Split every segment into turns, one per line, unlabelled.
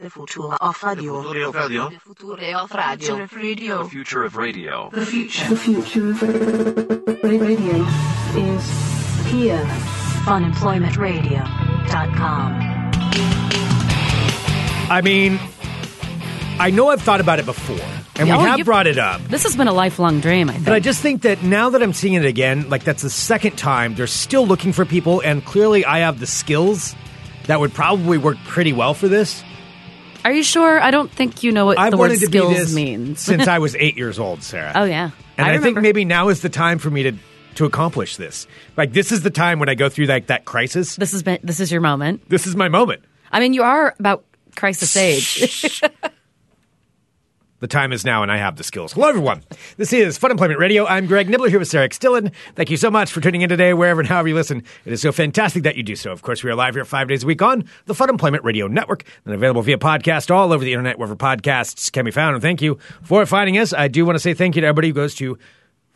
The future of radio.
Future of radio.
The future of radio.
The future of radio.
The future.
The future of radio is here.
Unemploymentradio.com.
I mean, I know I've thought about it before, and
Oh,
we have
you've-
brought it up.
This has been a lifelong dream, I think.
But I just think that now that I'm seeing it again, like that's the second time, they're still looking for people, and clearly I have the skills that would probably work pretty well for this.
Are you sure? I don't think you know what
I've
the word
wanted to
skills
be this
means.
since I was eight years old, Sarah.
oh yeah,
And I, think
remember.
maybe now is the time for me to to accomplish this. Like this is the time when I go through like that crisis.
this has been this is your moment.
This is my moment.
I mean, you are about crisis age.
The time is now, and I have the skills. Hello, everyone. This is Fun Employment Radio. I'm Greg Nibbler here with Sarah Stillen. Thank you so much for tuning in today, wherever and however you listen. It is so fantastic that you do so. Of course, we are live here five days a week on the Fun Employment Radio Network and available via podcast all over the internet, wherever podcasts can be found. And thank you for finding us. I do want to say thank you to everybody who goes to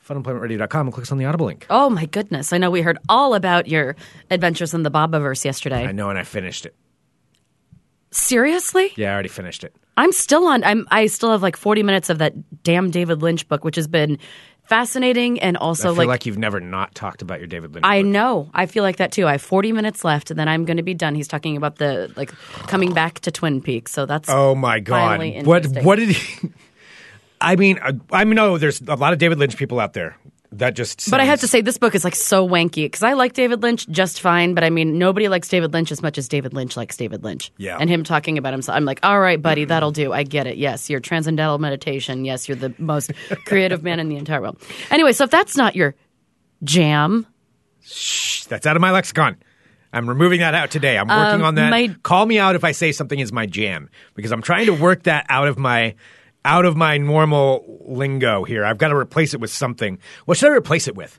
funemploymentradio.com and clicks on the Audible link.
oh my goodness! I know we heard all about your adventures in the Bobaverse yesterday.
I know, and I finished it.
Seriously,
Yeah, I already finished it.
I'm still on. I'm I still have like 40 minutes of that damn David Lynch book, which has been fascinating and
I
also
feel like,
like.
you've never not talked about your David Lynch.
I
book.
know. I feel like that too. I have 40 minutes left, and then I'm going to be done. He's talking about the like coming back to Twin Peaks, so that's
Oh my
finally
god! What
interesting.
what did he? I mean, I, I know there's a lot of David Lynch people out there that just.
But I have to
sounds-
say, this book is like so wanky because I like David Lynch just fine. But I mean, nobody likes David Lynch as much as David Lynch likes David Lynch.
Yeah. Mm-hmm.
And him talking about himself. I'm like, all right, buddy, that'll do. I get it. Yes, you're transcendental meditation. Yes, you're the most creative man in the entire world. Anyway, so if that's not your jam,
that's out of my lexicon. I'm removing that out today. I'm working on that.
Um, my-
Call me out if I say something is my jam because I'm trying to work that out of my out of my normal lingo here. I've got to replace it with something. What should I replace it with?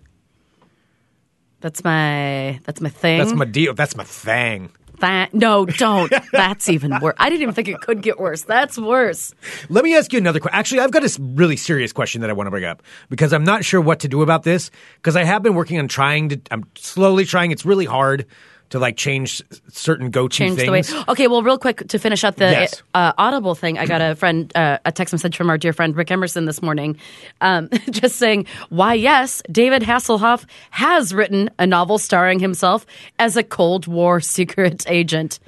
that's my that's my thing.
That's my deal. That's my thing.
That- no, don't. That's even worse. I didn't even think it could get worse. That's worse.
Let me ask you another question. Actually, I've got a s- really serious question that I want to bring up because I'm not sure what to do about this because I have been working on trying to. I'm slowly trying. It's really hard to like change s- certain go-to
change the way.
things.
Okay, well, real quick to finish out the
Yes.
uh, Audible thing, I got a friend uh, a text message from our dear friend Rick Emerson this morning, um, just saying why yes, David Hasselhoff has written a novel starring himself as a Cold War secret agent.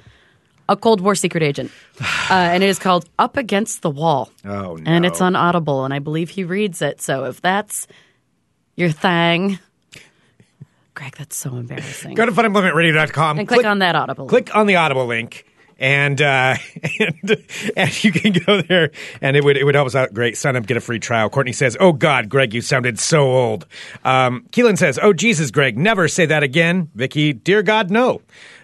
A Cold War secret agent, uh, and it is called Up Against the Wall.
Oh,
And
no.
it's on Audible, and I believe he reads it. So if that's your thing, Greg, that's so embarrassing.
Go to funemploymentradio.com
and click, on that Audible.
Click on the Audible link. And, uh, and and you can go there, and it would it would help us out. Great, sign up, get a free trial. Courtney says, "Oh God, Greg, you sounded so old." Um, Keelan says, "Oh Jesus, Greg, never say that again." Vicky, dear God, no.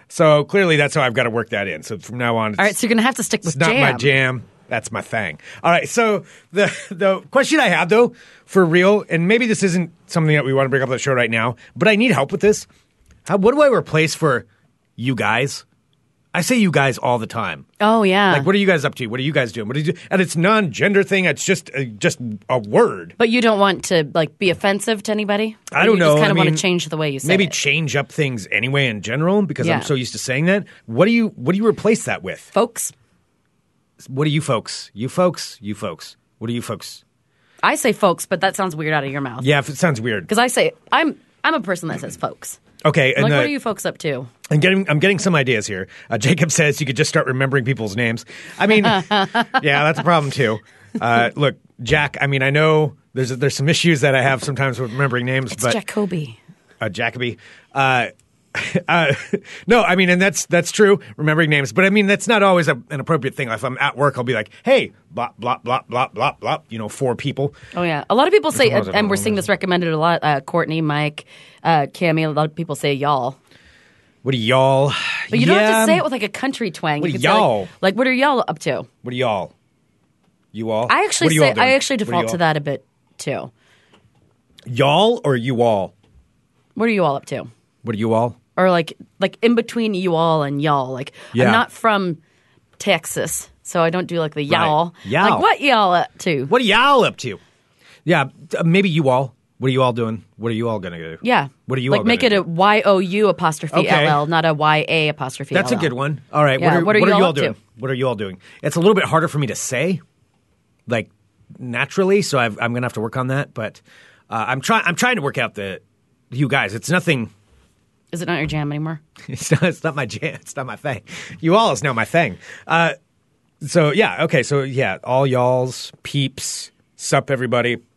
So clearly, that's how I've got to work that in. So from now on,
All right, so you're gonna have to stick with
It's not my jam. That's my thing. All right. So the the question I have though, for real, and maybe this isn't something that we want to bring up on the show right now, but I need help with this. How, what do I replace for you guys? I say you guys all the time.
Oh yeah.
Like, what are you guys up to? What are you guys doing? What are you do? And it's non-gender thing. It's just uh, just a word.
but you don't want to like be offensive to anybody.
I don't
you
know.
Just kind
I
of want
mean,
to change the way you say
Maybe
it.
change up things anyway in general because
Yeah.
I'm so used to saying that. What do you What do you replace that with?
folks.
What do you folks? You folks? You folks? What do you folks?
I say folks, but that sounds weird out of your mouth.
Yeah, if it sounds weird.
Because I say I'm I'm a person that says folks.
Okay, and
Like,
uh,
what are you folks up to?
I'm getting I'm getting some ideas here. Uh, Jacob says you could just start remembering people's names. I mean, yeah, that's a problem too. Uh, look, Jack. I mean, I know there's there's some issues that I have sometimes with remembering names,
It's
but
Jacoby.
uh, Jacoby. Uh, uh, no, I mean, and that's that's true. Remembering names, but I mean, that's not always a, an appropriate thing. Like, if I'm at work, I'll be like, "Hey, blah blah blah blah blah blah." You know, four people.
Oh yeah, a lot of people say,
It's one of
and we're
those-
seeing this recommended a lot. Uh, Courtney, Mike, uh, Cammy. A lot of people say y'all,
What do y'all?
but you don't have
Yeah.
to say it with like a country twang.
What
you can
are
say, like-
y'all?
Like, what are y'all up to?
What do y'all? You all?
I
What
actually
do y'all
say
doing?
I actually
What do
default to
y'all-
that a bit too.
Y'all or you all?
What are you all up to?
What are you all?
or like like in between you all and y'all. Like
Yeah.
I'm not from Texas, so I don't do like the y'all.
Y'all.
Like what y'all up to?
What are y'all up to? Yeah, uh, maybe you all. What are you all doing? What are you all going to do?
Yeah.
What are you
like?
all
make it
gonna
a Y O U apostrophe
Okay.
L L, not a Y A apostrophe.
That's a
LL.
good one. All right.
Yeah,
What are, what are you, all
up to?
doing? What are you all doing? It's a little bit harder for me to say, like naturally. So I've, I'm going to have to work on that. But uh, I'm trying. I'm trying to work out the you guys. It's nothing.
Is it not your jam anymore?
It's not. It's not my jam. It's not my thing. You all is now my thing. Uh, so yeah. Okay. So yeah. All y'all's peeps. Sup everybody.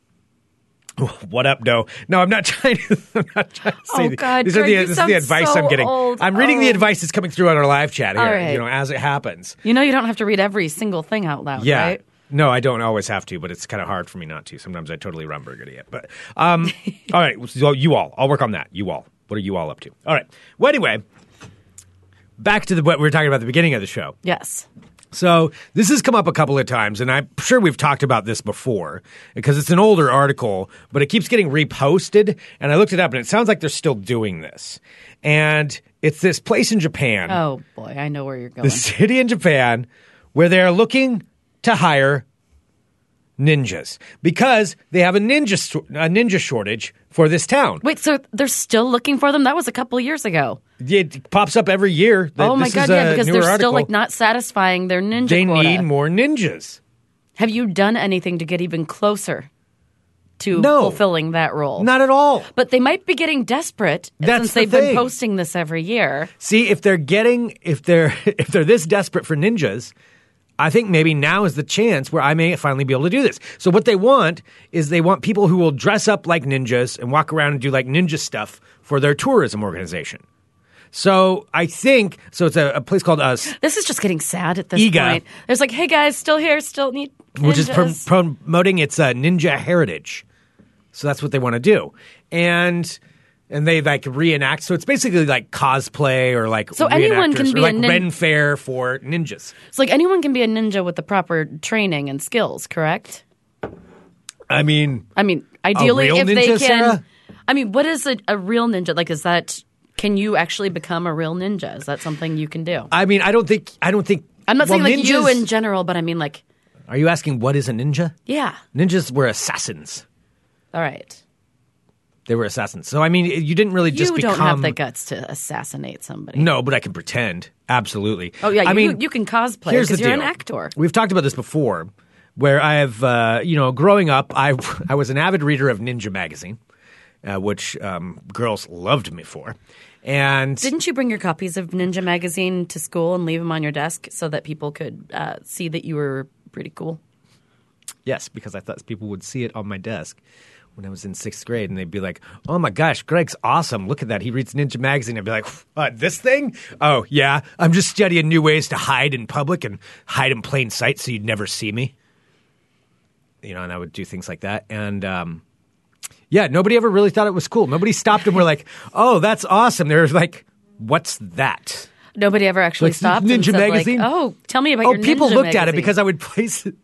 What up, doe? No, I'm not trying to. I'm not trying to say
Oh,
the-
God,
these are
Greg,
the,
you
this is
sound
the advice
so
I'm getting.
old.
I'm reading the
Oh.
advice that's coming through on our live chat here.
All right.
You know, as it happens.
You know you don't have to read every single thing out loud,
Yeah.
right?
No, I don't always have to, but it's kind of hard for me not to. Sometimes I totally run burger idiot. But um, all right, so you all, I'll work on that. You all, what are you all up to? All right. Well, anyway, back to the what we were talking about at the beginning of the show.
Yes.
So this has come up a couple of times, and I'm sure we've talked about this before because it's an older article, but it keeps getting reposted. And I looked it up, and it sounds like they're still doing this. And it's this place in Japan
Oh boy, I know where you're going.
the city in Japan where they're looking to hire ninjas because they have a ninja s- a ninja shortage for this town.
Wait, so they're still looking for them? That was a couple years ago.
It pops up every year. that
oh my
this
god,
is
yeah,
a
because
newer
they're still
article.
like not satisfying their ninja
They
quota.
need more ninjas.
Have you done anything to get even closer to
No.
fulfilling that role?
Not at all.
But they might be getting desperate
That's
since
the
they've
thing.
been posting this every year.
See, if they're getting if they're if they're this desperate for ninjas, I think maybe now is the chance where I may finally be able to do this. So what they want is they want people who will dress up like ninjas and walk around and do like ninja stuff for their tourism organization. So I think so. It's a, a place called uh, S-
This is just getting sad at this
Iga.
point. There's like, hey guys, still here, still need
which is prom-
ninjas.
promoting its uh, ninja heritage. So that's what they want to do, and and they like reenact. So it's basically like cosplay or like
So anyone can
reenactors or
be a
like
nin-
Ren Fair for ninjas.
It's like anyone can be a ninja with the proper training and skills, correct?
I mean,
I mean, ideally,
real
if they can.
ninja, Sarah?
I mean, what is a, a real ninja? Like, is that. Can you actually become a real ninja? Is that something you can do?
I mean, I don't think I don't think
I'm not
well,
saying like you
ninjas-
in general, but I mean, like,
Are you asking what is a ninja?
yeah.
Ninjas were assassins.
All right.
They were assassins. So I mean, you didn't really just
you
become
don't have the guts to assassinate somebody.
No, but I can pretend. Absolutely.
Oh yeah, you,
I mean,
you can cosplay
here's
because
the
you're an
deal.
actor.
We've talked about this before, where I have, uh, you know, growing up, I I was an avid reader of Ninja magazine, uh, which um, girls loved me for, and
Didn't you bring your copies of Ninja Magazine to school and leave them on your desk so that people could uh, see that you were pretty cool?
yes, because I thought people would see it on my desk. When I was in sixth grade, and they'd be like, "Oh my gosh, Greg's awesome! Look at that. He reads Ninja magazine." I'd be like, "What? This thing? Oh yeah, I'm just studying new ways to hide in public and hide in plain sight so you'd never see me." you know, and I would do things like that. And um, yeah, nobody ever really thought it was cool. Nobody stopped and were like, "Oh, that's awesome." They were like, "What's that?"
Nobody ever actually
Like,
stopped. and
Ninja
said, like,
Magazine?
oh, tell me about
oh,
your
people
Ninja
looked at it
Magazine."
because I would place it.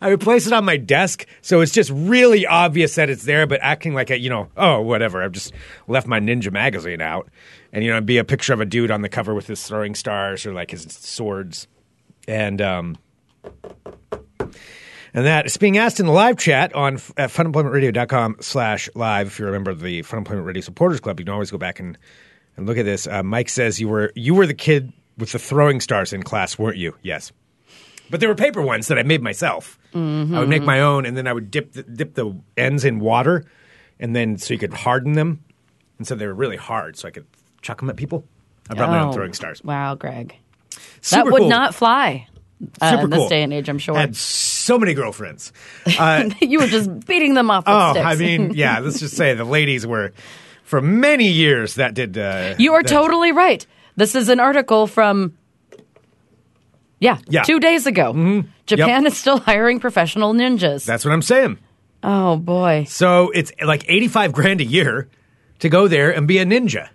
I would place it on my desk, so it's just really obvious that it's there. But acting like a, you know, oh, whatever. I've just left my Ninja magazine out, and you know, it'd be a picture of a dude on the cover with his throwing stars or like his swords, and um, and that is being asked in the live chat on f- at funemploymentradio.com slash live. If you're a member of the Fun Employment Radio Supporters Club, you can always go back and, and look at this. Uh, Mike says you were you were the kid with the throwing stars in class, weren't you? Yes. But there were paper ones that I made myself. I would make my own, and then I would dip the, dip the ends in water, and then so you could harden them, and so they were really hard, so I could chuck them at people. I brought my
Oh,
own throwing stars.
Wow, Greg, that
Super
would
cool.
not fly uh,
Super
in this
cool.
day and age. I'm sure
I had so many girlfriends. Uh,
you were just beating them off. With
Oh,
sticks.
I mean, yeah. Let's just say the ladies were, for many years, that did. Uh,
you are
that-
totally right. This is an article from. Yeah,
Yeah. Mm-hmm.
two days ago. Japan is still hiring professional ninjas.
That's what I'm saying.
oh boy!
So it's like 85 grand a year to go there and be a ninja.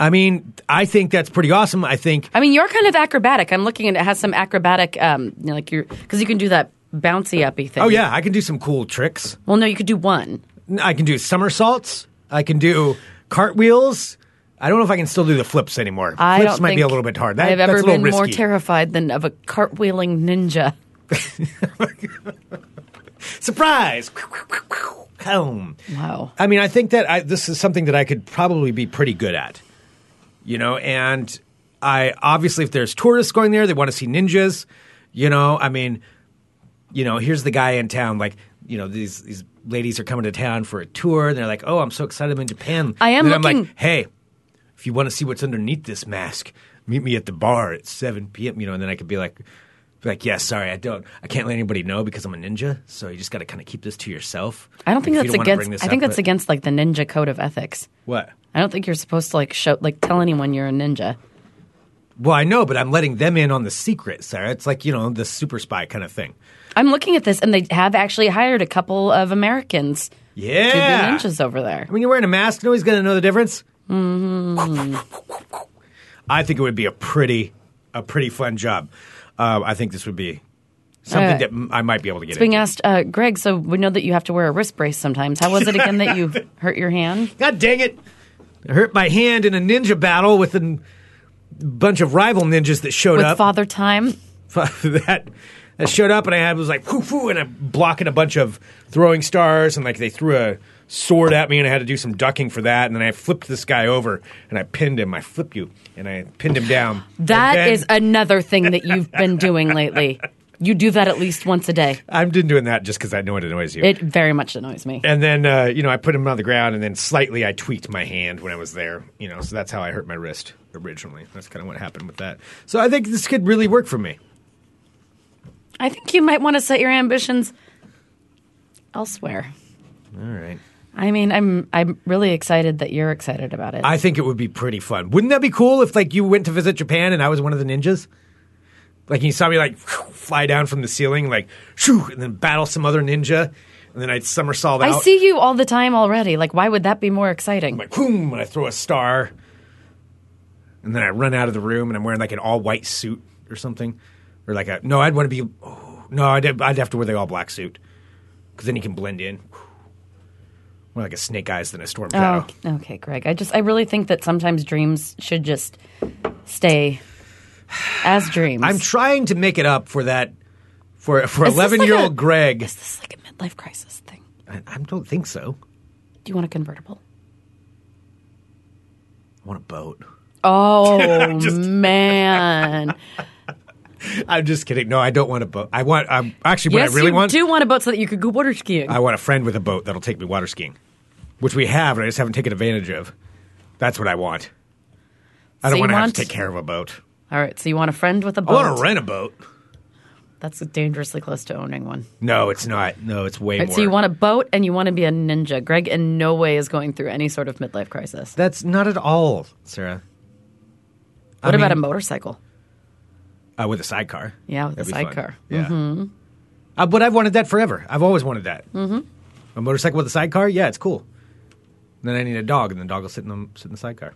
I mean, I think that's pretty awesome. I think
I mean, you're kind of acrobatic. I'm looking at it has some acrobatic, um, you know, like you because you can do that bouncy uppy thing.
Oh yeah, I can do some cool tricks.
Well, no, you could do one.
I can do somersaults. I can do cartwheels. I don't know if I can still do the flips anymore.
I
flips
don't
might be
think
a little bit hard. That,
I have
that's
ever
a little
been more
risky.
terrified than of a cartwheeling ninja.
Surprise! home.
Wow.
I mean, I think that I, this is something that I could probably be pretty good at, you know. And I obviously, if there's tourists going there, they want to see ninjas, you know. I mean, you know, here's the guy in town, like, you know, these these ladies are coming to town for a tour, and they're like, oh, I'm so excited, I'm in Japan.
I am
Then I'm
looking-
like, hey, if you want to see what's underneath this mask, meet me at the bar at 7 p.m. You know, and then I could be like, be like, yeah, sorry, I don't, I can't let anybody know because I'm a ninja. So you just got to kind of keep this to yourself.
I don't think
If
that's
you wanna bring
against.
this
I think
up,
that's
but-
against like the ninja code of ethics.
What?
I don't think you're supposed to like show like tell anyone you're a ninja.
Well, I know, but I'm letting them in on the secret, Sarah. It's like you know the super spy kind of thing.
I'm looking at this, and they have actually hired a couple of Americans to be
Yeah,
ninjas over there.
When you're wearing a mask, nobody's going to know the difference.
Mm-hmm.
I think it would be a pretty, a pretty fun job. Uh, I think this would be something
Alright.
that m- I might be able to get.
Being
into.
asked, uh, Greg. So we know that you have to wear a wrist brace sometimes. How was it again that you hurt your hand?
God dang it! I hurt my hand in a ninja battle with a n- bunch of rival ninjas that showed
with
up.
father time.
that that showed up, and I had was like whoo whoo, and I'm blocking a bunch of throwing stars, and like they threw a sword at me, and I had to do some ducking for that, and then I flipped this guy over, and I pinned him. I flipped you, and I pinned him down.
That
And
is
then-
another thing that you've been doing lately. You do that at least once a day.
I'm just doing that just because I know it annoys you.
It very much annoys me.
and then uh, you know I put him on the ground, and then slightly I tweaked my hand when I was there. You know, so that's how I hurt my wrist originally. That's kind of what happened with that. So I think this could really work for me.
I think you might want to set your ambitions elsewhere.
All right.
I mean, I'm I'm really excited that you're excited about it.
I think it would be pretty fun. Wouldn't that be cool if like you went to visit Japan and I was one of the ninjas? Like you saw me like fly down from the ceiling, like shoo, and then battle some other ninja, and then I'd somersault out.
I see you all the time already. Like, why would that be more exciting?
Like boom, and I throw a star, and then I run out of the room, and I'm wearing like an all white suit or something, or like a no. I'd want to be. Oh, no, I'd I'd have to wear the all black suit because then you can blend in. More like a snake eyes than a storm shadow.
Oh, okay, Greg. I just I really think that sometimes dreams should just stay as dreams.
I'm trying to make it up for that for for
Is this like
11 year old
a-
Greg.
Is this like a midlife crisis thing?
I, I don't think so.
Do you want a convertible?
I want a boat.
Oh man!
I'm just kidding. No, I don't want a boat. I want. I'm actually what
yes,
I really
you
want.
do want a boat so that you could go water skiing.
I want a friend with a boat that'll take me water skiing, which we have, and I just haven't taken advantage of. That's what I want.
So
I don't
you
want to have
want-
to take care of a boat.
all right, so you want a friend with a boat?
I want to rent a boat.
That's dangerously close to owning one.
No, it's not. No, it's way
All right,
more.
so you want a boat and you want to be a ninja. Greg in no way is going through any sort of midlife crisis.
That's not at all, Sarah.
What
I
about
mean-
a motorcycle?
Uh, with a sidecar.
Yeah, with a
That'd be fun.
sidecar. Mm-hmm.
Yeah. Uh, but I've wanted that forever. I've always wanted that. Mm-hmm. A motorcycle with a sidecar? Yeah, it's cool. Then I need a dog, and the dog will sit in the, sit in the sidecar.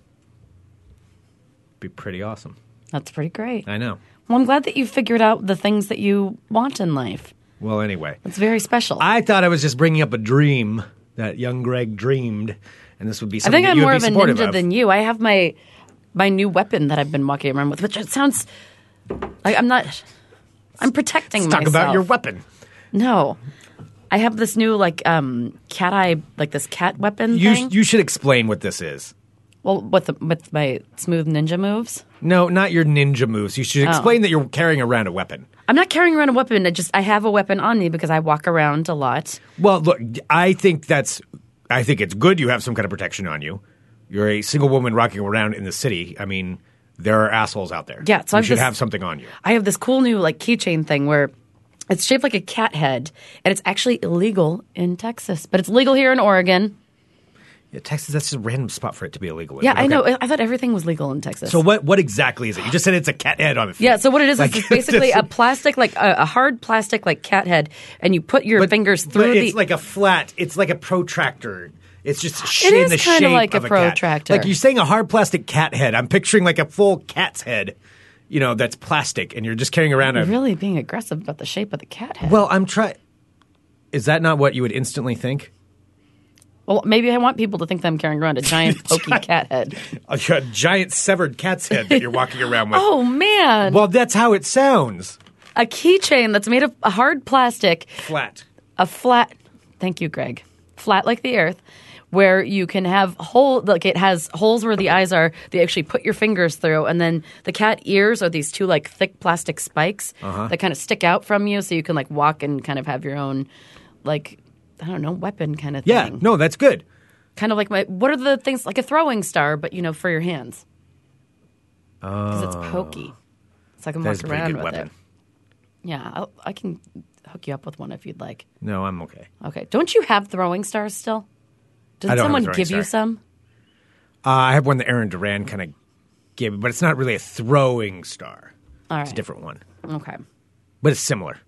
Be pretty awesome.
That's pretty great.
I know.
Well, I'm glad that you figured out the things that you want in life.
Well, anyway.
It's very special.
I thought I was just bringing up a dream that young Greg dreamed, and this would be
I
something
think
that
I'm
you would
more
be
of a
supportive
ninja
of.
than you. I have my my new weapon that I've been walking around with, which it sounds like I'm not. I'm protecting
Talk
myself.
about your weapon.
No, I have this new like um cat eye, like this cat weapon
You,
thing.
you should explain what this is.
well, with the, with my smooth ninja moves.
No, not your ninja moves. You
Oh.
should explain that you're carrying around a weapon.
I'm not carrying around a weapon. I just I have a weapon on me because I walk around a lot.
Well, look, I think that's. I think it's good you have some kind of protection on you. You're a single woman rocking around in the city. I mean, there are assholes out there.
Yeah, so
you
I've
should
just-
have something on you.
I have this cool new like keychain thing where it's shaped like a cat head, and it's actually illegal in Texas, but it's legal here in Oregon.
Yeah, Texas, that's just a random spot for it to be illegal.
Yeah,
isn't it?
I know.
Okay.
I I thought everything was legal in Texas.
So what? What exactly is it? You just said it's a cat head on the.
yeah, so what it is is
Like,
it's basically a
just-
plastic, like a, a hard plastic, like cat head, and you put your
but-
fingers
but
through the.
It's like a flat. It's like a protractor. It's just sh-
It
in
is
the
kinda
shape
like a
of a cat.
protractor.
Like you're saying a hard plastic cat head. I'm picturing like a full cat's head. You know, that's plastic, and you're just carrying around a
really being aggressive about the shape of the cat head. Well,
Well, I'm trying. Is that not what you would instantly think?
maybe I want people to think that I'm carrying around a giant pokey cat head.
A, a giant severed cat's head that you're walking around with.
Oh man,
Well, that's how it sounds.
a keychain that's made of a hard plastic,
Flat.
a flat. Thank you, Greg. flat like the earth, where you can have hole like it has holes where the eyes are. They actually put your fingers through, and then the cat ears are these two like thick plastic spikes
Uh-huh.
that kind of stick out from you, so you can like walk and kind of have your own like I don't know weapon kind of
Yeah,
thing.
no, that's good.
Kind of like my what are the things like a throwing star, but you know for your hands because it's pokey. So I can
That's Oh.
walk
a pretty
around
good
with
weapon.
it. Yeah, I'll, I can hook you up with one if you'd like.
No, I'm okay.
Okay. Don't you have throwing stars still? Did
I don't have a
someone
throwing
give you
star.
some?
Uh, I have one that Aaron Duran kind of gave me, but it's not really a throwing star.
All right.
It's a
Hmm.
different one,
Okay.
but it's similar.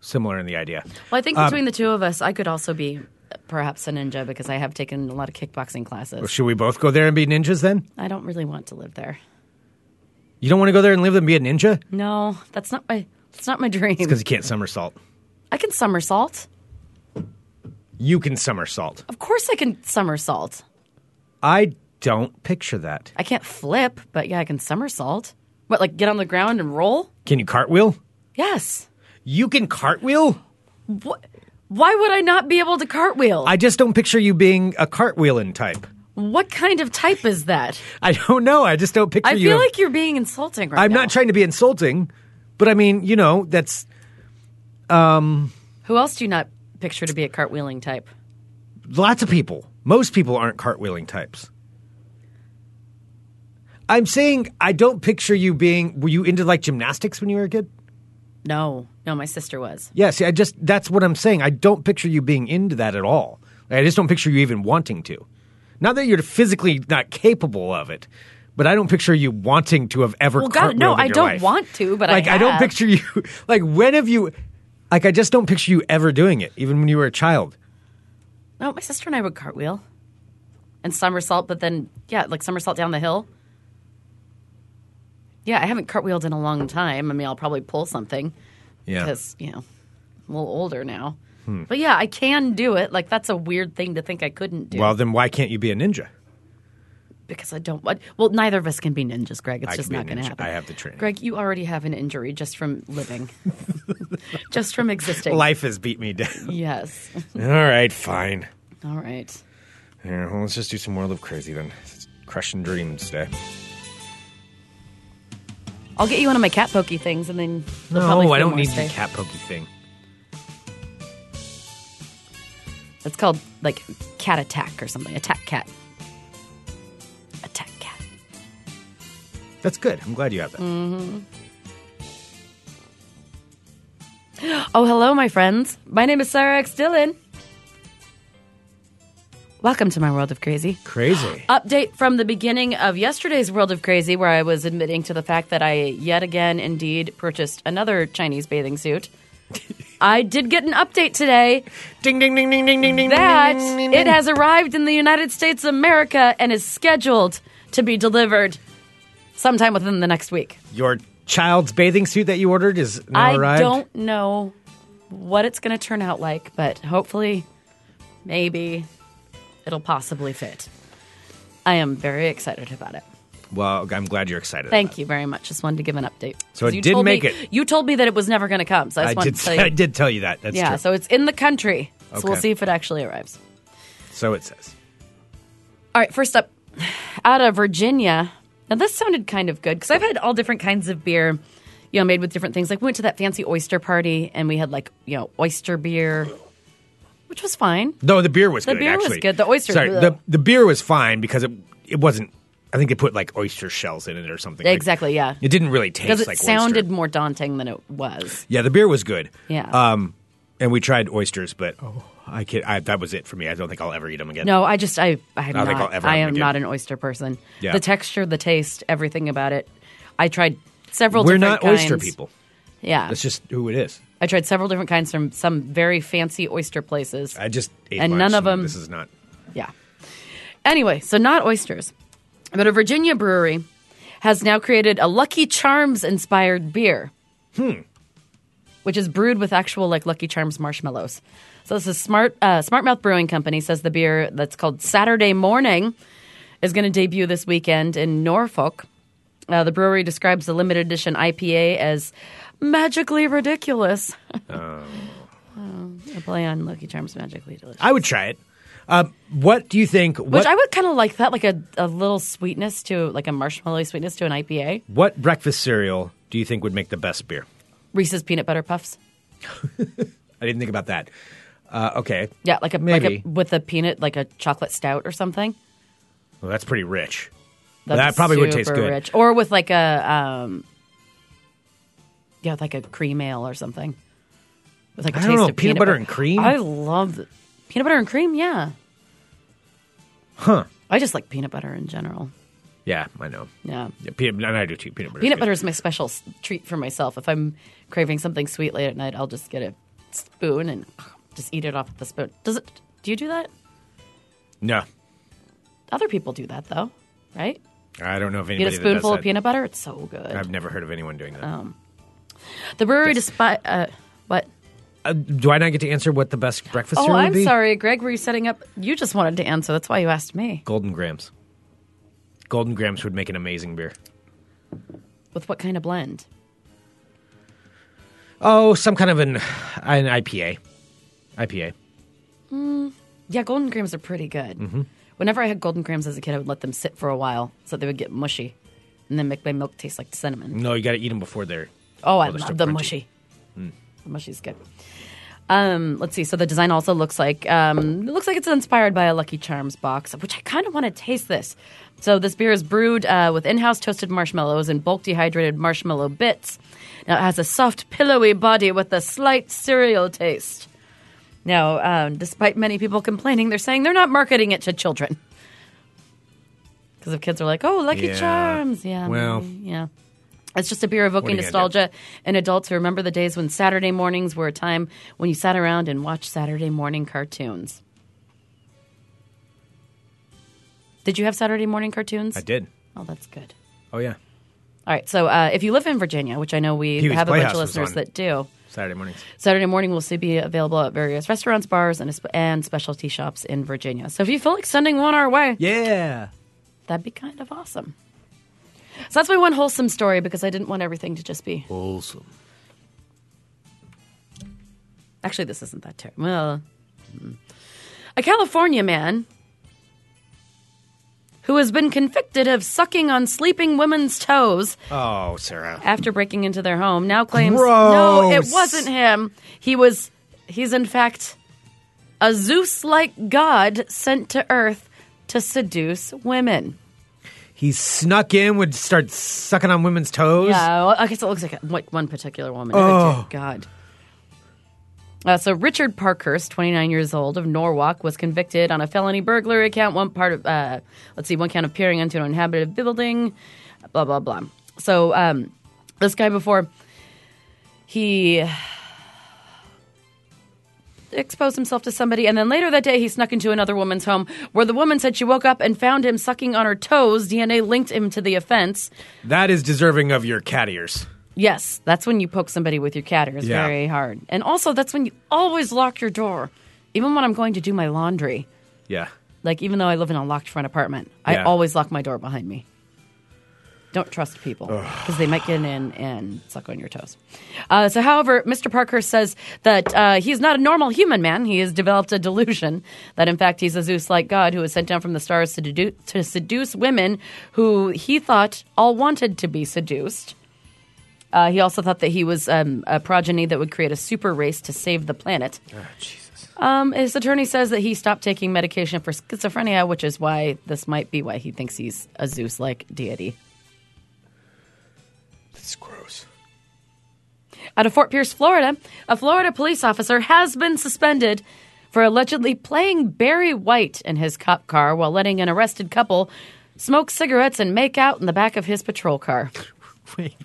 Similar in the idea.
Well, I
Um,
think between the two of us, I could also be uh, perhaps a ninja because I have taken a lot of kickboxing classes.
Should we both go there and be ninjas then?
I don't really want to live there.
You don't want to go there and live and be a ninja
No, that's not my that's not my dream.
because you can't somersault.
I can somersault.
You can somersault.
Of course I can somersault.
I don't picture that.
I can't flip, but yeah, I can somersault. What like get on the ground and roll?
Can you cartwheel?
Yes.
You can cartwheel?
What why would I not be able to cartwheel?
I just don't picture you being a cartwheeling type.
what kind of type is that?
I don't know. I just don't picture
I
you.
feel like you're being insulting right
I'm
now.
not trying to be insulting, but I mean, you know, that's
Who else do you not picture to be a cartwheeling type?
lots of people. Most people aren't cartwheeling types. I'm saying I don't picture you being. Were you into like gymnastics when you were a kid?
No, no, my sister was.
Yeah, see, I just that's what I'm saying. I don't picture you being into that at all. Like, I just don't picture you even wanting to. Not that you're physically not capable of it, but I don't picture you wanting to have ever.
Well, God, no,
cartwheeled in
I
your
don't
life.
want to, but I
like I don't
have.
picture you. Like when have you? Like I just don't picture you ever doing it, even when you were a child.
No, my sister and I would cartwheel and somersault, but then, yeah, like somersault down the hill. Yeah, I haven't cartwheeled in a long time. I mean, I'll probably pull something
Yeah, Hmm.
because, you know, I'm a little older now. But yeah, I can do it. Like, that's a weird thing to think I couldn't do
Well, then why can't you be a ninja?
because I don't. I- Well, neither of us can be ninjas, Greg. It's
I
just
can be a
not going to
ninja.
happen.
I have the training.
Greg, you already have an injury just from living, just from existing.
Life has beat me down.
Yes.
All right, fine.
All right.
Here, well, let's just do some more Live Crazy then. It's crushing dreams today.
I'll get you one of my cat pokey things, and then you'll probably feel
No, I don't
more
need your
safe.
cat pokey thing.
It's called like cat attack or something. Attack cat. Attack cat.
That's good. I'm glad you have that.
Mm. Oh, hello, my friends. My name is Sarah X Dillon. Welcome to my world of crazy.
Crazy.
Update from the beginning of yesterday's World of Crazy, where I was admitting to the fact that I yet again indeed purchased another Chinese bathing suit. I did get an update today
Ding ding ding ding ding ding ding.
that it has arrived in the United States of America and is scheduled to be delivered sometime within the next week.
Your child's bathing suit that you ordered is now
I
arrived.
don't know what it's going to turn out like, but hopefully, maybe it'll possibly fit. I am very excited about it.
Well, I'm glad you're excited.
Thank you very much. Just wanted to give an update.
So it
You
did
told
make
me,
it.
You told me that it was never going to come, so I
I
just wanted
did.
to tell you.
I did tell you that. That's
yeah,
true.
so it's in the country. So we'll
Okay.
see if it actually arrives.
So it says.
All right, first up, out of Virginia. Now this sounded kind of good because I've had all different kinds of beer, you know, made with different things. Like we went to that fancy oyster party and we had like you know oyster beer, which was fine.
No, the beer was
The
good.
beer was
actually.
good. The oyster-
Sorry,
Ugh.
the the beer was fine because it it wasn't. I think they put like oyster shells in it or something. Like,
Exactly, yeah.
It didn't really
Because
taste
it
like
sounded
oyster.
more daunting than it was.
Yeah, the beer was good.
Yeah.
Um, and we tried oysters, but oh, I can't. I, that was it for me. I don't think I'll ever eat them again.
No, I just I I am
I don't
not.
think I'll ever
I
have
am
them again.
not an oyster person.
Yeah.
The texture, the taste, everything about it. I tried several.
we're
different
not oyster
kinds.
people.
Yeah,
That's just who it is.
I tried several different kinds from some very fancy oyster places.
I just ate
And
lunch,
none of them-
This is not.
Yeah. Anyway, so not oysters, but a Virginia brewery has now created a Lucky Charms inspired beer. Which is brewed with actual like Lucky Charms marshmallows. So this is Smart uh, Smart Mouth Brewing Company says the beer that's called Saturday Morning is going to debut this weekend in Norfolk. Uh, the brewery describes the limited edition IPA as magically ridiculous. A play on Lucky Charms magically delicious.
I would try it. Um, what do you think?
Which
What,
I would kind of like that, like a, a little sweetness to, like a marshmallow sweetness to an IPA.
what breakfast cereal do you think would make the best beer?
Reese's peanut butter puffs.
I didn't think about that. Uh, okay.
Yeah, like a
Maybe.
like a with a peanut, like a chocolate stout or something.
Well, that's pretty rich.
That'd
That
be
probably would taste
super
good.
Rich. Or with like a um, yeah, with like a cream ale or something. With like a
I
taste
don't know,
of
peanut butter and cream?
I love the- peanut butter and cream. Yeah.
Huh.
I just like peanut butter in general.
Yeah, I know.
Yeah.
Yeah, peanut, and I do too. Peanut butter.
Peanut butter is my special s- treat for myself. If I'm craving something sweet late at night, I'll just get a spoon and just eat it off with the spoon. Does it? Do you do that?
No,
Other people do that though, right?
I don't know if anybody.
You get a
that
spoonful of
does that.
peanut butter. Um. It's so good.
I've never heard of anyone doing that.
the brewery, despite uh, what?
Uh, do I not get to answer what the best breakfast
Oh,
cereal would
I'm
be?
sorry, Greg. Were you setting up? You just wanted to answer. That's why you asked me.
Golden Grams. Golden Grams would make an amazing beer.
With what kind of blend?
Oh, some kind of an an IPA. IPA.
Yeah, golden grams are pretty good. Whenever I had golden grams as a kid, I would let them sit for a while so they would get mushy, and then make my milk taste like cinnamon.
No, you got to eat them before they're.
Oh, I
they're still
love the
crunchy. Hmm.
mushy. The mushy's good. Um, let's see. So the design also looks like um, it looks like it's inspired by a Lucky Charms box, which I kind of want to taste this. So this beer is brewed uh, with in-house toasted marshmallows and bulk dehydrated marshmallow bits. Now it has a soft, pillowy body with a slight cereal taste. Now, um, despite many people complaining, they're saying they're not marketing it to children because if kids are like, "Oh, Lucky
Yeah.
Charms," yeah,
Well.
maybe, yeah. It's just a beer evoking
What are you gonna
nostalgia and adults who remember the days when Saturday mornings were a time when you sat around and watched Saturday morning cartoons. Did you have Saturday morning cartoons?
I did.
Oh, that's good.
Oh yeah,
All right. So uh, if you live in Virginia, which I know we
Huey's
have a bunch
Playhouse
of
was
listeners
on.
that do,
Saturday mornings.
Saturday morning will soon be available at various restaurants, bars, and, and specialty shops in Virginia. So if you feel like sending one our way,
Yeah.
That'd be kind of awesome. So that's my one wholesome story because I didn't want everything to just be wholesome. Actually, this isn't that terrible. Well, hmm. a California man who has been convicted of sucking on sleeping women's toes
Oh, Sarah.
after breaking into their home now claims
Gross.
no, it wasn't him. He was he's in fact a Zeus-like god sent to Earth to seduce women.
He snuck in, would start sucking on women's toes.
Yeah, well, I guess it looks like a- what one particular woman.
Oh.
Oh, dear God. Uh, so Richard Parkhurst, 29 years old of Norwalk, was convicted on a felony burglary count. One part of, uh, let's see, one count of peering into an inhabited building, blah blah blah. So um, this guy before he exposed himself to somebody, and then later that day he snuck into another woman's home, where the woman said she woke up and found him sucking on her toes. DNA linked him to the offense.
That is deserving of your cat ears.
Yes, that's when you poke somebody with your cat ears
Yeah.
very hard. And also, that's when you always lock your door, even when I'm going to do my laundry.
Yeah.
Like, even though I live in a locked front apartment, I
Yeah.
always lock my door behind me. Don't trust people because they might get in and suck on your toes. Uh, so, however, Mr. Parker says that uh, he's not a normal human man. He has developed a delusion that, in fact, he's a Zeus like god who was sent down from the stars to, dedu- to seduce women who he thought all wanted to be seduced. Uh, he also thought that he was um, a progeny that would create a super race to save the planet. Um, his attorney says that he stopped taking medication for schizophrenia, which is why this might be why he thinks he's a Zeus like deity.
That's gross.
Out of Fort Pierce, Florida, a Florida police officer has been suspended for allegedly playing Barry White in his cop car while letting an arrested couple smoke cigarettes and make out in the back of his patrol car.
Wait.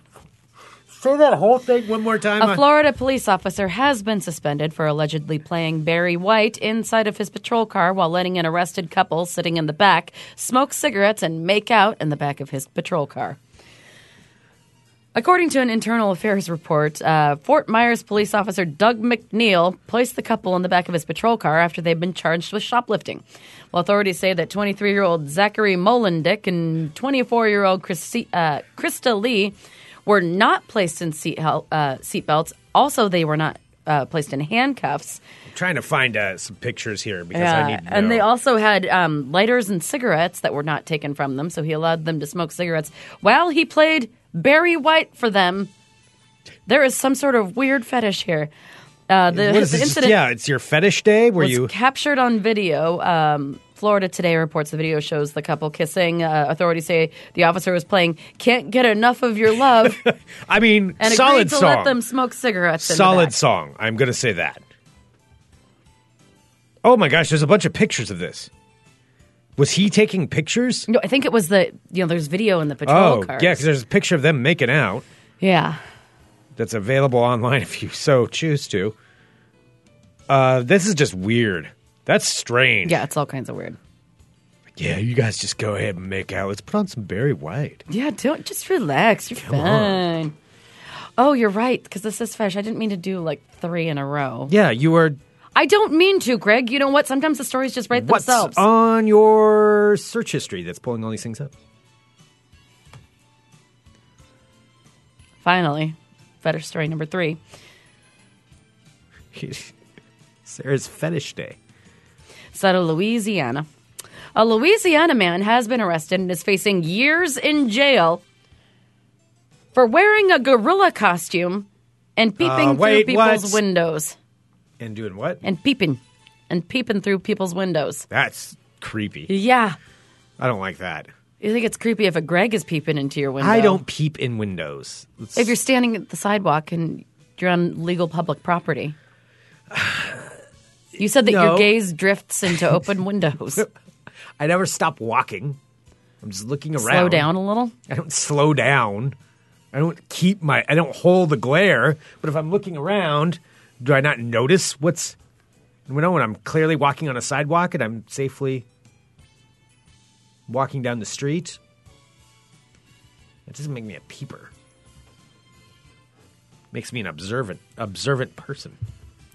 Say that whole thing one more time. uh,
A Florida police officer has been suspended for allegedly playing Barry White inside of his patrol car while letting an arrested couple sitting in the back smoke cigarettes and make out in the back of his patrol car. According to an internal affairs report, uh, Fort Myers police officer Doug McNeil placed the couple in the back of his patrol car after they'd been charged with shoplifting. Well, authorities say that 23 year old Zachary Molendick and 24 year old Christi- uh, Krista Lee were not placed in seat hel- uh, seatbelts. Also, they were not uh, placed in handcuffs.
trying to find uh, some pictures here because I
Yeah,
need. To
and
know.
they also had um, lighters and cigarettes that were not taken from them, so he allowed them to smoke cigarettes while he played Barry White for them. There is some sort of weird fetish here. Uh, the,
What is
the
this?
incident
yeah, it's your fetish day. Were
was
you?
captured on video. Um, Florida Today reports the video shows the couple kissing. Uh, authorities say the officer was playing "Can't Get Enough of Your Love"
I mean,
and
solid
agreed to
song.
let them smoke cigarettes. in the
solid
back.
song. I'm going to say that. Oh my gosh, there's a bunch of pictures of this. Was he taking pictures?
No, I think it was the you know. There's video in the patrol
Oh,
cars.
yeah, because there's a picture of them making out
yeah.
that's available online if you so choose to. Uh, this is just weird. That's strange.
Yeah, it's all kinds of weird.
Yeah, you guys just go ahead and make out. Let's put on some Barry White.
Yeah, don't just relax. You're fine.
on.
Oh, you're right. Because this is fresh. I didn't mean to do like three in a row.
Yeah, you are.
I don't mean to, Greg. You know what? Sometimes the stories just write
What's
themselves.
on your search history that's pulling all these things up?
Finally, better story number three.
Sarah's fetish day.
It's out of Louisiana. A Louisiana man has been arrested and is facing years in jail for wearing a gorilla costume and peeping
Uh, wait,
through people's
what?
windows.
And doing what?
And peeping. And peeping through people's windows.
That's creepy.
Yeah.
I don't like that.
You think it's creepy if a Greg is peeping into your window?
I don't peep in windows. It's-
If you're standing at the sidewalk and you're on legal public property. You said that
No.
your gaze drifts into open windows.
I never stop walking. I'm just looking around.
Slow down a little.
I don't slow down. I don't keep my. I don't hold the glare. But if I'm looking around, do I not notice what's? You know, when I'm clearly walking on a sidewalk and I'm safely walking down the street, that doesn't make me a peeper. Makes me an observant, observant person.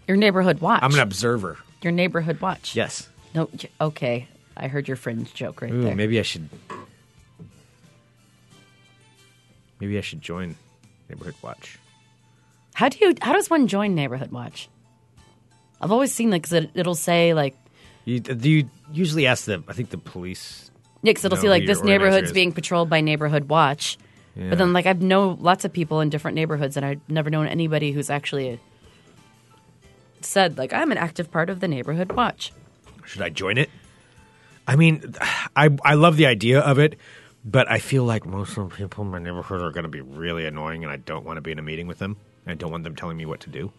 Your neighborhood watch.
I'm an observer.
Your neighborhood watch.
Yes.
No, j- okay. I heard your fringe joke right
Ooh,
there.
maybe I should. Maybe I should join Neighborhood Watch.
How do you? How does one join Neighborhood Watch? I've always seen like 'cause it, it'll say like
You do you usually ask them? I think the police.
yeah, it it'll
Know
say
who
like
your
this
organizer
neighborhood's
is.
being patrolled by Neighborhood Watch. But then like I've know lots of people in different neighborhoods, and I've never known anybody who's actually said like I'm an active part of the Neighborhood Watch.
Should I join it? I mean, I I love the idea of it, but I feel like most of the people in my neighborhood are going to be really annoying, and I don't want to be in a meeting with them. I don't want them telling me what to do.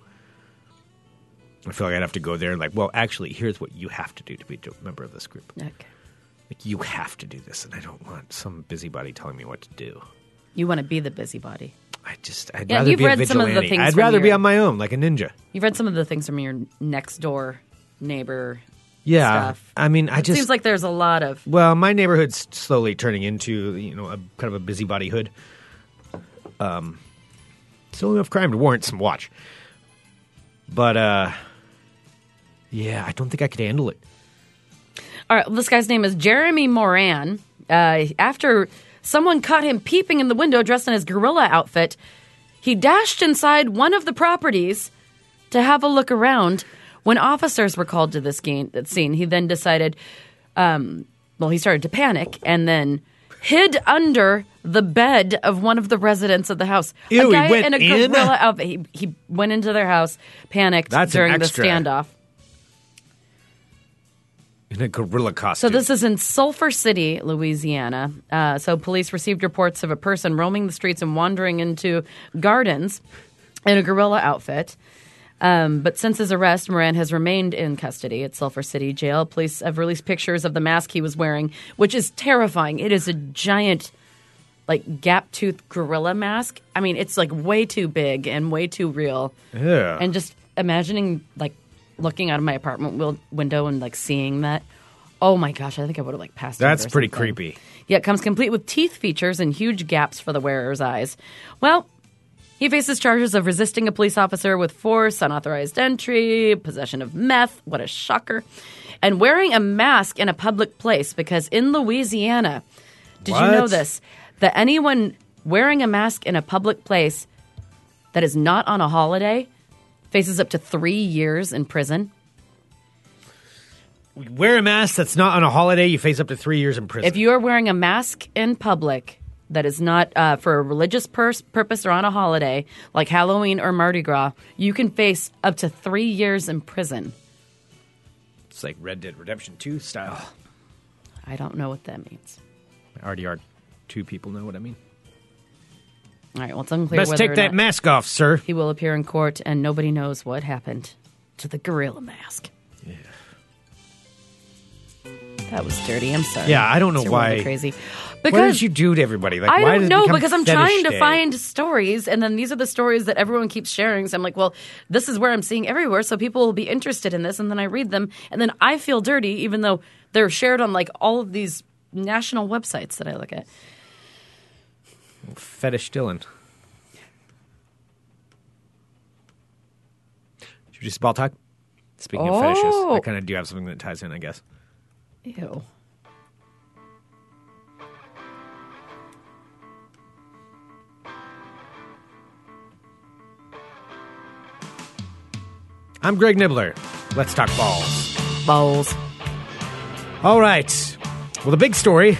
I feel like I'd have to go there and like, well, actually, here's what you have to do to be a member of this group.
Okay.
Like, you have to do this, and I don't want some busybody telling me what to do.
You want to be the busybody.
I just, I'd
Yeah,
rather
you've
be a
read some of the
vigilante.
things
I'd
from
rather be
your-
on my own, like a ninja.
You've read some of the things from your next door neighbor.
Yeah,
Stuff.
I mean, I
it
just
seems like there's a lot of
Well, my neighborhood's slowly turning into you know a kind of a busybody hood. Um, still enough crime to warrant some watch, but uh, yeah, I don't think I could handle it.
All right, well, this guy's name is Jeremy Moran. Uh, after someone caught him peeping in the window dressed in his gorilla outfit, he dashed inside one of the properties to have a look around. When officers were called to this game, that scene, he then decided, um, well, he started to panic and then hid under the bed of one of the residents of the house.
Ew,
a
he
guy
went
in a
in?
gorilla outfit. He, he went into their house, panicked
That's an
during the
extra.
standoff.
In a gorilla
So
costume.
this is in Sulphur City, Louisiana. Uh, so police received reports of a person roaming the streets and wandering into gardens in a gorilla outfit. Um, but since his arrest, Moran has remained in custody at Sulphur City Jail. Police have released pictures of the mask he was wearing, which is terrifying. It is a giant, like gap tooth gorilla mask. I mean, it's like way too big and way too real
yeah.
and just imagining like looking out of my apartment wil- window and like seeing that oh my gosh i think i would have like passed out
That's
or
pretty
something.
creepy.
yeah it comes complete with teeth features and huge gaps for the wearer's eyes well he faces charges of resisting a police officer with force unauthorized entry possession of meth what a shocker and wearing a mask in a public place because in louisiana did you know
What?
this that anyone wearing a mask in a public place that is not on a holiday faces up to three years in prison.
Wear a mask that's not on a holiday, you face up to three years in prison.
If you are wearing a mask in public that is not uh, for a religious pers- purpose or on a holiday, like Halloween or Mardi Gras, you can face up to three years in prison.
it's like Red Dead Redemption 2 style.
I don't know what that means.
RDR 2 people know what I mean.
All right, well, it's unclear
Best
whether
take
or
that
not
mask off, sir.
he will appear in court, and nobody knows what happened to the gorilla mask. That was dirty. I'm sorry.
Yeah, I don't know
It's really
why-
crazy.
What did
Because
you do to everybody? Like,
I
why
don't
did it
know
become
because I'm
fetish
trying to
day?
find stories, and then these are the stories that everyone keeps sharing. So I'm like, well, this is where I'm seeing everywhere, so people will be interested in this. And then I read them, and then I feel dirty, even though they're shared on like all of these national websites that I look at.
fetish Dylan. Should we just ball talk? Speaking of fetishes, I
Oh.
kind of do have something that ties in, I guess.
Ew.
I'm Greg Nibbler. Let's talk balls.
Balls.
All right. Well, the big story,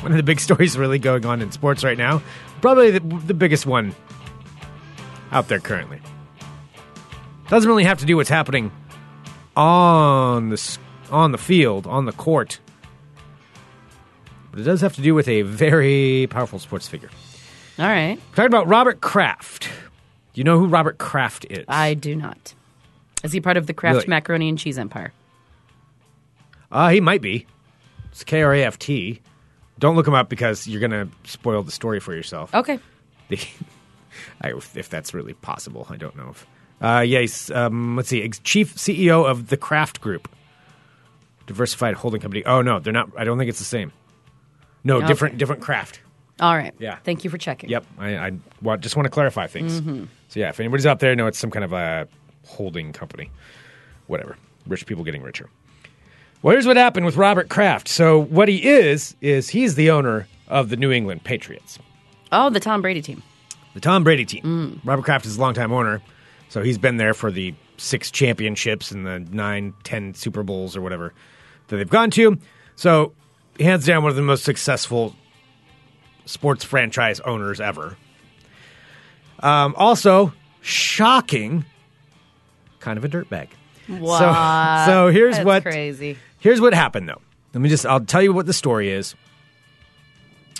one of the big stories really going on in sports right now, probably the, the biggest one out there currently. Doesn't really have to do what's happening on the s- on the field, on the court. But it does have to do with a very powerful sports figure.
All right.
We're talking about Robert Kraft. Do you know who Robert Kraft is?
I do not. Is he part of the Kraft
Really?
macaroni and cheese empire?
Uh, he might be. It's K R A F T. Don't look him up because you're going to spoil the story for yourself.
Okay.
The- I, if that's really possible, I don't know if. Uh, yes, um, let's see. Ex- Chief CEO of the Kraft Group, diversified holding company. Oh no, they're not. I don't think it's the same. No,
Okay.
different, different Kraft.
All right.
Yeah.
Thank you for checking.
Yep. I, I wa- just want to clarify things. So yeah, if anybody's out there, know it's some kind of a holding company, whatever. Rich people getting richer. Well, here's what happened with Robert Kraft. So what he is is he's the owner of the New England Patriots,
Oh, the Tom Brady team.
the Tom Brady team.
Mm.
Robert Kraft is a longtime owner, so he's been there for the six championships and the nine, ten Super Bowls or whatever that they've gone to. So hands down, one of the most successful sports franchise owners ever. Um, also, shocking, kind of a dirtbag.
What?
so here's
That's
what-
crazy.
Here's what happened, though. Let me just, I'll tell you what the story is.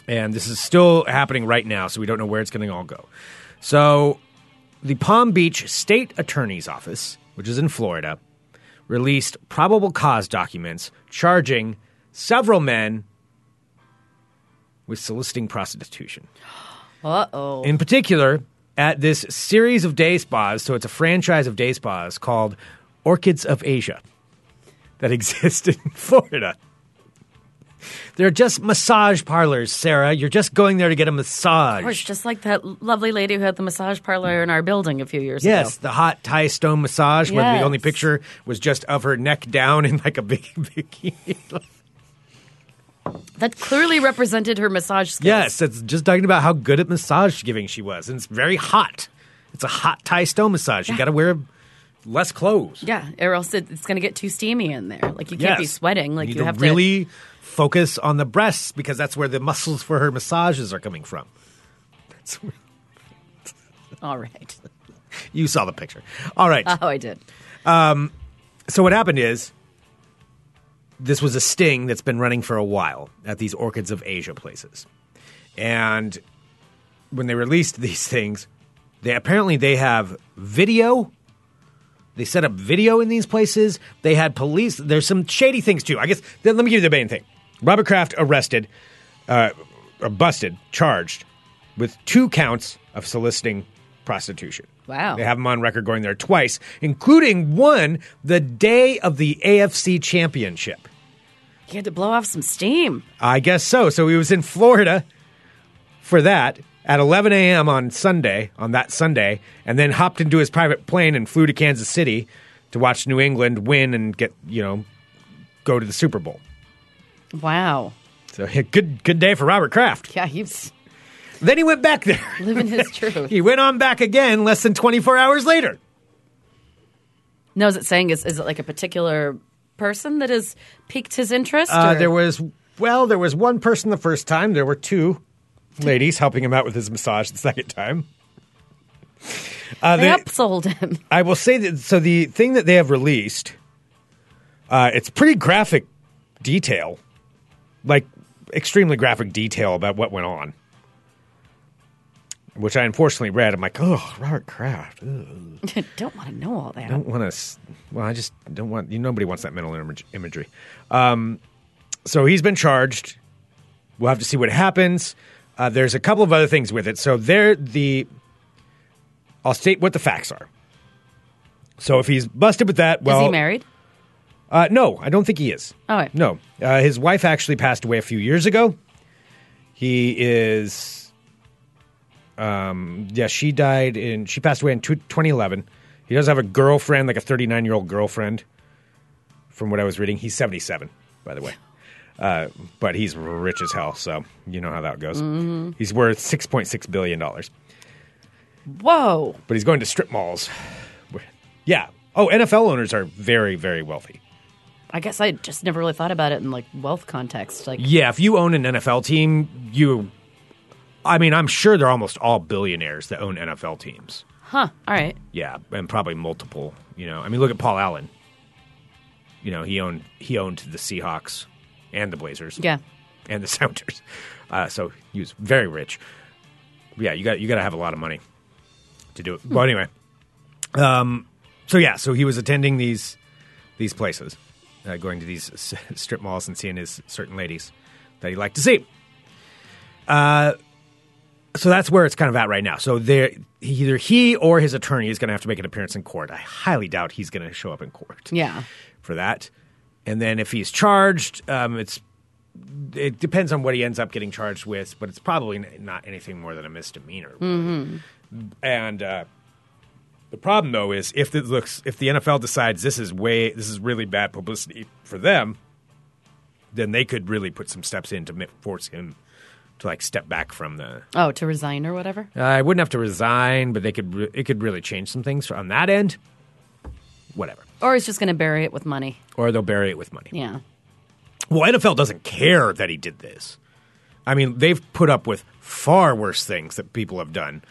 And this is still happening right now, so we don't know where it's going to all go. So, the Palm Beach State Attorney's Office, which is in Florida, released probable cause documents charging several men with soliciting prostitution.
Uh oh.
In particular, at this series of day spas, so it's a franchise of day spas called Orchids of Asia that exist in Florida. They're just massage parlors, Sarah. You're just going there to get a massage.
It's just like that lovely lady who had the massage parlor in our building a few years
Yes,
ago.
the hot Thai stone massage, where the
Yes.
only picture was just of her neck down in like a big bikini.
That clearly represented her massage skills.
Yes, it's just talking about how good at massage giving she was, and it's very hot. It's a hot Thai stone massage. You got to wear less clothes.
Yeah, or else it, it's going to get too steamy in there. Like you can't be
Yes.
sweating. Like
you,
you,
need
have
to really focus on the breasts because that's where the muscles for her massages are coming from. That's where,
to. All right.
you saw the picture. All right.
Oh, I did.
so what happened is this was a sting that's been running for a while at these orchids of asia places and when they released these things they apparently they have video they set up video in these places they had police there's some shady things too i guess then let me give you the main thing robert kraft arrested uh, or busted charged with two counts of soliciting prostitution
Wow.
they have have him on record going there twice, including one the day of the AFC championship.
You had to blow off some steam.
I guess so. So he was in Florida for that at 11 a.m. on Sunday, on that Sunday, and then hopped into his private plane and flew to Kansas City to watch New England win and get, you know, go to the Super Bowl.
Wow.
So good good day for Robert Kraft.
Yeah, he's
Then he went back there.
living his truth.
He went on back again less than 24 hours later.
No, is it saying is is it like a particular person that has piqued his interest?
Uh,
or-
there was well, there was one person the first time. There were two ladies helping him out with his massage the second time. Uh,
they
they-
upsold him.
I will say that. So the thing that they have released, uh, it's pretty graphic detail, like extremely graphic detail about what went on. Which I unfortunately read. I'm like, oh, Robert Kraft. Ugh.
Don't want to know all that.
I don't want to. Well, I just don't want. You, nobody wants that mental image, imagery. Um, so he's been charged. We'll have to see what happens. Uh, there's a couple of other things with it. So there, the. I'll state what the facts are. So if he's busted with that, well,
is he married?
Uh, no, I don't think he is.
All right.
No, uh, his wife actually passed away a few years ago. He is, um, yeah, she died in she passed away in two, 2011. He does have a girlfriend, like a 39 year old girlfriend. From what I was reading, he's 77, by the way. Uh, but he's rich as hell, so you know how that goes. He's worth 6.6 billion dollars,
Whoa.
but he's going to strip malls. yeah. Oh, NFL owners are very, very wealthy.
I guess I just never really thought about it in like wealth context. Like
Yeah, if you own an NFL team, you I mean, I'm sure they're almost all billionaires that own NFL teams.
Huh. All right.
Yeah, and probably multiple, you know. I mean, look at Paul Allen. You know, he owned he owned the Seahawks and the Blazers
Yeah.
and the Sounders. Uh, so he was very rich. Yeah, you got you got to have a lot of money to do it. But anyway, um, so yeah, so he was attending these these places, uh, going to these s- strip malls and seeing his certain ladies that he liked to see. Uh, so that's where it's kind of at right now. So there, either he or his attorney is going to have to make an appearance in court. I highly doubt he's going to show up in court
Yeah.
for that. And then if he's charged, um, it's it depends on what he ends up getting charged with, but it's probably n- not anything more than a misdemeanor. really. And uh, the problem though is if it looks if the NFL decides this is way this is really bad publicity for them, then they could really put some steps in to mi- force him to like step back from the.
Oh, to resign or whatever.
I Uh, wouldn't have to resign, but they could re- it could really change some things on that end. Whatever,
Or he's just going to bury it with money.
or they'll bury it with money.
Yeah.
Well, NFL doesn't care that he did this. I mean, they've put up with far worse things that people have done.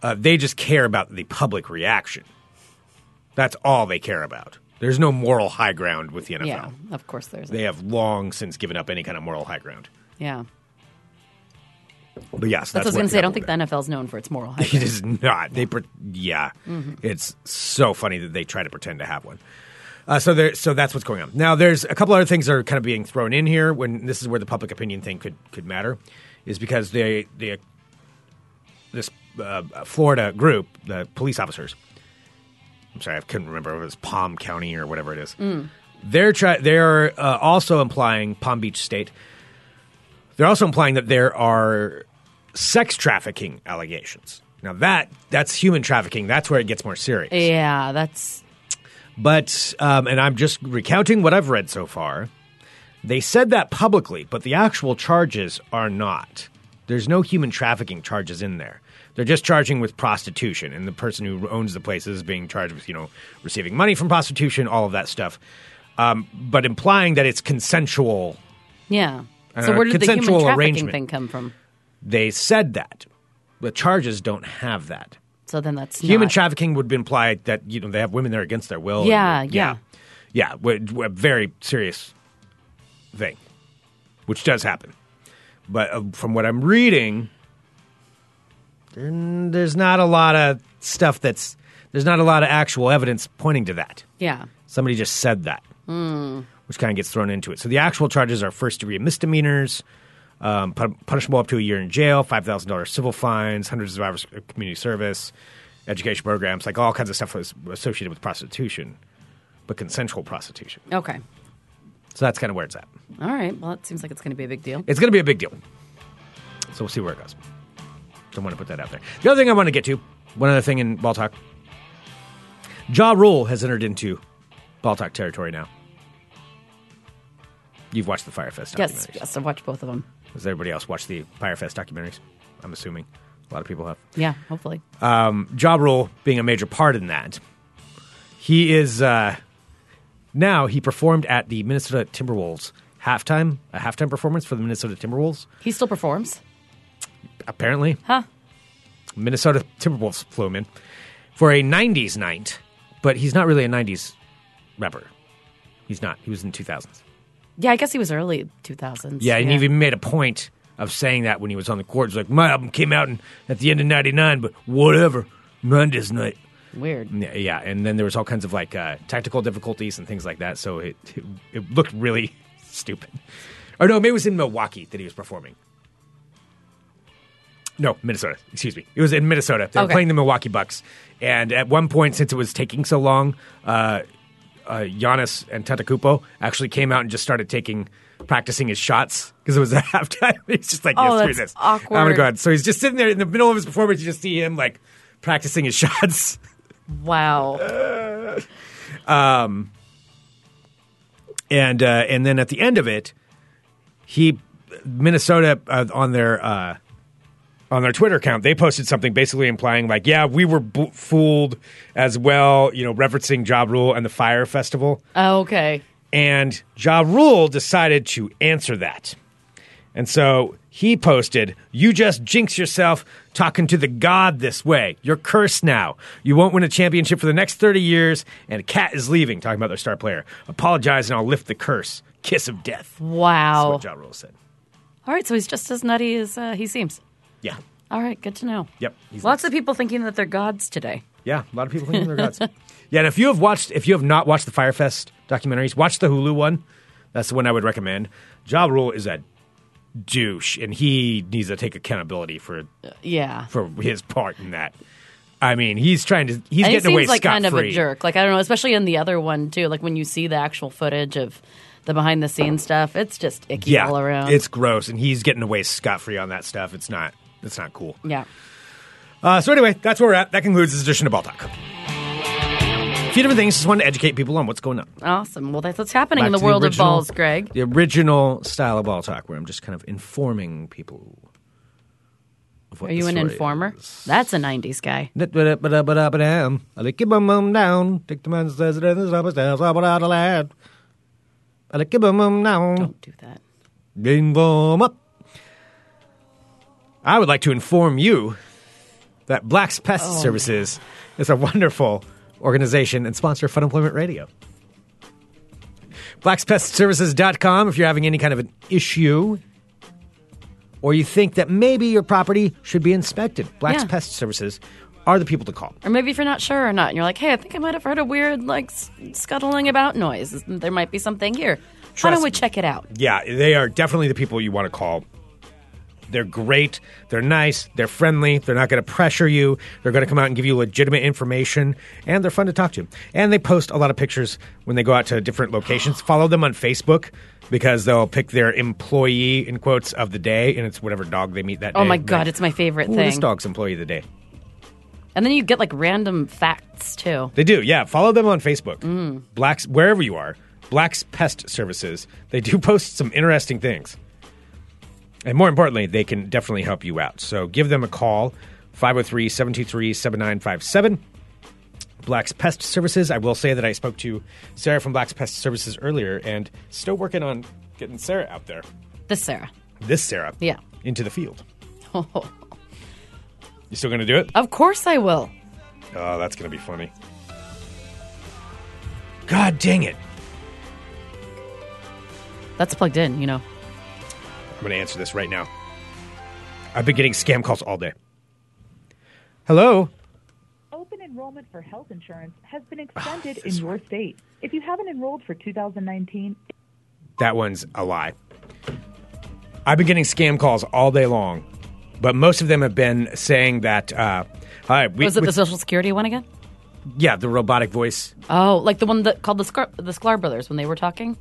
Uh, they just care about the public reaction. That's all they care about. There's no moral high ground with the NFL.
Yeah. Of course, there's.
They have long since given up any kind of moral high ground.
yeah.
But
That's,
yes, that's
what I was going to say. I don't think
that.
the NFL's known for its moral high
It is not. They, pre- yeah, it's so funny that they try to pretend to have one. Uh, so there, so that's what's going on. Now, there's a couple other things that are kind of being thrown in here. When this is where the public opinion thing could could matter, is because they they this uh, Florida group, the police officers. I'm sorry, I couldn't remember if it was Palm County or whatever it is. They're try- they're uh, also implying Palm Beach State. They're also implying that there are sex trafficking allegations. Now that that's human trafficking. That's where it gets more serious.
Eh, Yeah. That's.
But um, and I'm just recounting what I've read so far. They said that publicly, but the actual charges are not. There's no human trafficking charges in there. They're just charging with prostitution, and the person who owns the place is being charged with, you know, receiving money from prostitution, all of that stuff. Um, but implying that it's consensual
Yeah.
I
So
don't know,
where did the human
consensual
trafficking
arrangement.
thing come from?
They said that. The charges don't have that.
So then that's
Human
not-
trafficking would imply that you know they have women there against their will. and-
Yeah, yeah.
yeah, w- w- A very serious thing, which does happen. But uh, from what I'm reading, there- there's not a lot of stuff that's there's not a lot of actual evidence pointing to that.
Yeah.
Somebody just said that, which kind of gets thrown into it. So the actual charges are first degree misdemeanors, um, pu- punishable up to a year in jail, five thousand dollars civil fines, hundreds of hours of community service, education programs, like all kinds of stuff was associated with prostitution, but consensual prostitution.
Okay.
So that's kind of where it's at.
All right. Well, it seems like it's going to be a big deal.
It's going to be a big deal. So we'll see where it goes. Don't want to put that out there. The other thing I want to get to, one other thing in ball talk. Ja Rule has entered into ball talk territory now. You've watched the Firefest
Yes.
documentaries.
Yes. I've watched both of them.
Has everybody else watched the Firefest documentaries? I'm assuming a lot of people have.
Yeah. Hopefully.
Ja Rule being a major part in that, He is uh, now he performed at the Minnesota Timberwolves halftime, a halftime performance for the Minnesota Timberwolves.
He still performs.
Apparently,
Huh.
Minnesota Timberwolves flew him in for a '90s night, but he's not really a '90s rapper. He's not. He was in the 2000s.
Yeah, I guess he was early 2000s.
Yeah, and he even made a point of saying that when he was on the court. He's like, my album came out in, at the end of '99, but whatever, '90s night.
Weird.
Yeah, yeah, and then there was all kinds of like uh, tactical difficulties and things like that. So it, it it looked really stupid. Or no, maybe it was in Milwaukee that he was performing. No, Minnesota. Excuse me. It was in Minnesota. They were
Okay.
playing the Milwaukee Bucks, and at one point, since it was taking so long, uh, uh, Giannis and Tetacupo actually came out and just started taking practicing his shots because it was at halftime. He's just like,
Oh,
"Yeah, screw
that's
this. I'm gonna
awkward.
go out." So he's just sitting there in the middle of his performance. You just see him like practicing his shots.
Wow.
and uh, and then at the end of it, he Minnesota uh, on their uh, on their Twitter account they posted something basically implying like, yeah, we were b- fooled as well, you know, referencing Ja Rule and the Fire Festival,
Okay.
and Ja Rule decided to answer that, and so he posted, "You just jinx yourself." Talking to the god this way. You're cursed now. You won't win a championship for the next 30 years, and Cat is leaving, talking about their star player. Apologize and I'll lift the curse. Kiss of death.
Wow.
That's what Ja Rule said.
All right, so he's just as nutty as uh, he seems.
Yeah.
All right, good to know.
Yep. He's
Lots of people thinking that they're gods today.
yeah, a lot of people think they're gods. Yeah, and if you have watched, if you have not watched the Firefest documentaries, watch the Hulu one. That's the one I would recommend. Ja Rule is a douche, and he needs to take accountability for
Yeah.
for his part in that. I mean, he's trying to he's
and he
getting away
seems like
scot
kind of a
free.
jerk. Like I don't know, especially in the other one too. Like when you see the actual footage of the behind the scenes stuff, it's just icky
yeah,
all around.
it's gross, and he's getting away scot free on that stuff. It's not. It's not cool.
yeah.
Uh, so anyway, that's where we're at. That concludes this edition of Ball Talk. A few different things. Just wanted to educate people on what's going on.
Awesome. Well, that's what's happening
Back
in the
to
world
original-
of balls, Greg.
The original style of ball talk, where I'm just kind of informing people. Of what
Are
the
you an
story
informer?
is.
That's a '90s guy.
Da-da-ba-da-ba-da-ba-dam. I like your bum bum down. Take the man's says it in his rubber stairs. Rubber out of lad. I like your bum bum down.
Don't do that.
Inform up. I would like to inform you that Black's Pest Services is a wonderful organization and sponsor of Fun Employment Radio. Black'sPestServices.com if you're having any kind of an issue or you think that maybe your property should be inspected. Black's
Yeah.
Pest Services are the people to call.
Or maybe if you're not sure or not, and you're like, "Hey, I think I might have heard a weird like s- scuttling about noise. There might be something here. Why
Trust
don't we
me.
check it out?"
Yeah, they are definitely the people you want to call. They're great. They're nice. They're friendly. They're not going to pressure you. They're going to come out and give you legitimate information, and they're fun to talk to. And they post a lot of pictures when they go out to different locations. Follow them on Facebook because they'll pick their employee in quotes of the day, and it's whatever dog they meet that day.
Oh my god, it's my favorite
Ooh, this
thing.
dog's employee of the day.
And then you get like random facts too.
They do, yeah. Follow them on Facebook. Blacks wherever you are. Blacks Pest Services. They do post some interesting things. And more importantly, they can definitely help you out. So give them a call 503-723-7957. Blacks Pest Services. I will say that I spoke to Sarah from Blacks Pest Services earlier and still working on getting Sarah out there.
This Sarah.
This Sarah.
Yeah.
Into the field. You still going to do it?
Of course I will.
Oh, that's going to be funny. God dang it.
That's plugged in, you know.
I'm going to answer this right now. I've been getting scam calls all day. Hello?
Open enrollment for health insurance has been extended in your state. If you haven't enrolled for 2019,
That one's a lie. I've been getting scam calls all day long, but most of them have been saying that. Uh, hi, we,
Was it
we-
the Social Security one again?
yeah, the robotic voice.
Oh, like the one that called the Sklar, the Sklar brothers when they were talking?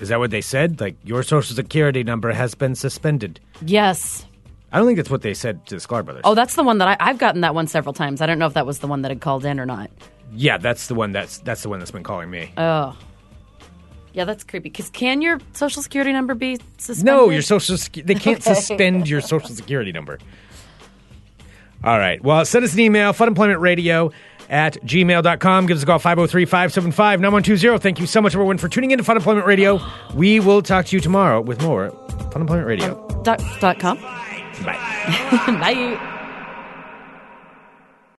Is that what they said? Like, your social security number has been suspended.
Yes.
I don't think that's what they said to the Sklar brothers.
Oh, that's the one that I, I've gotten that one several times. I don't know if that was the one that had called in or not.
yeah, that's the one that's that's the one that's been calling me.
Oh. Yeah, that's creepy. Because can your Social Security number be suspended?
No, your social sec- they can't suspend your social security number. All right. Well, send us an email, funemploymentradio at gmail.com. Give us a call 503 575 9120. Thank you so much, everyone, for tuning in to Fun Employment Radio. We will talk to you tomorrow with more Fun Employment Radio.
Dot, dot com.
Bye.
Bye.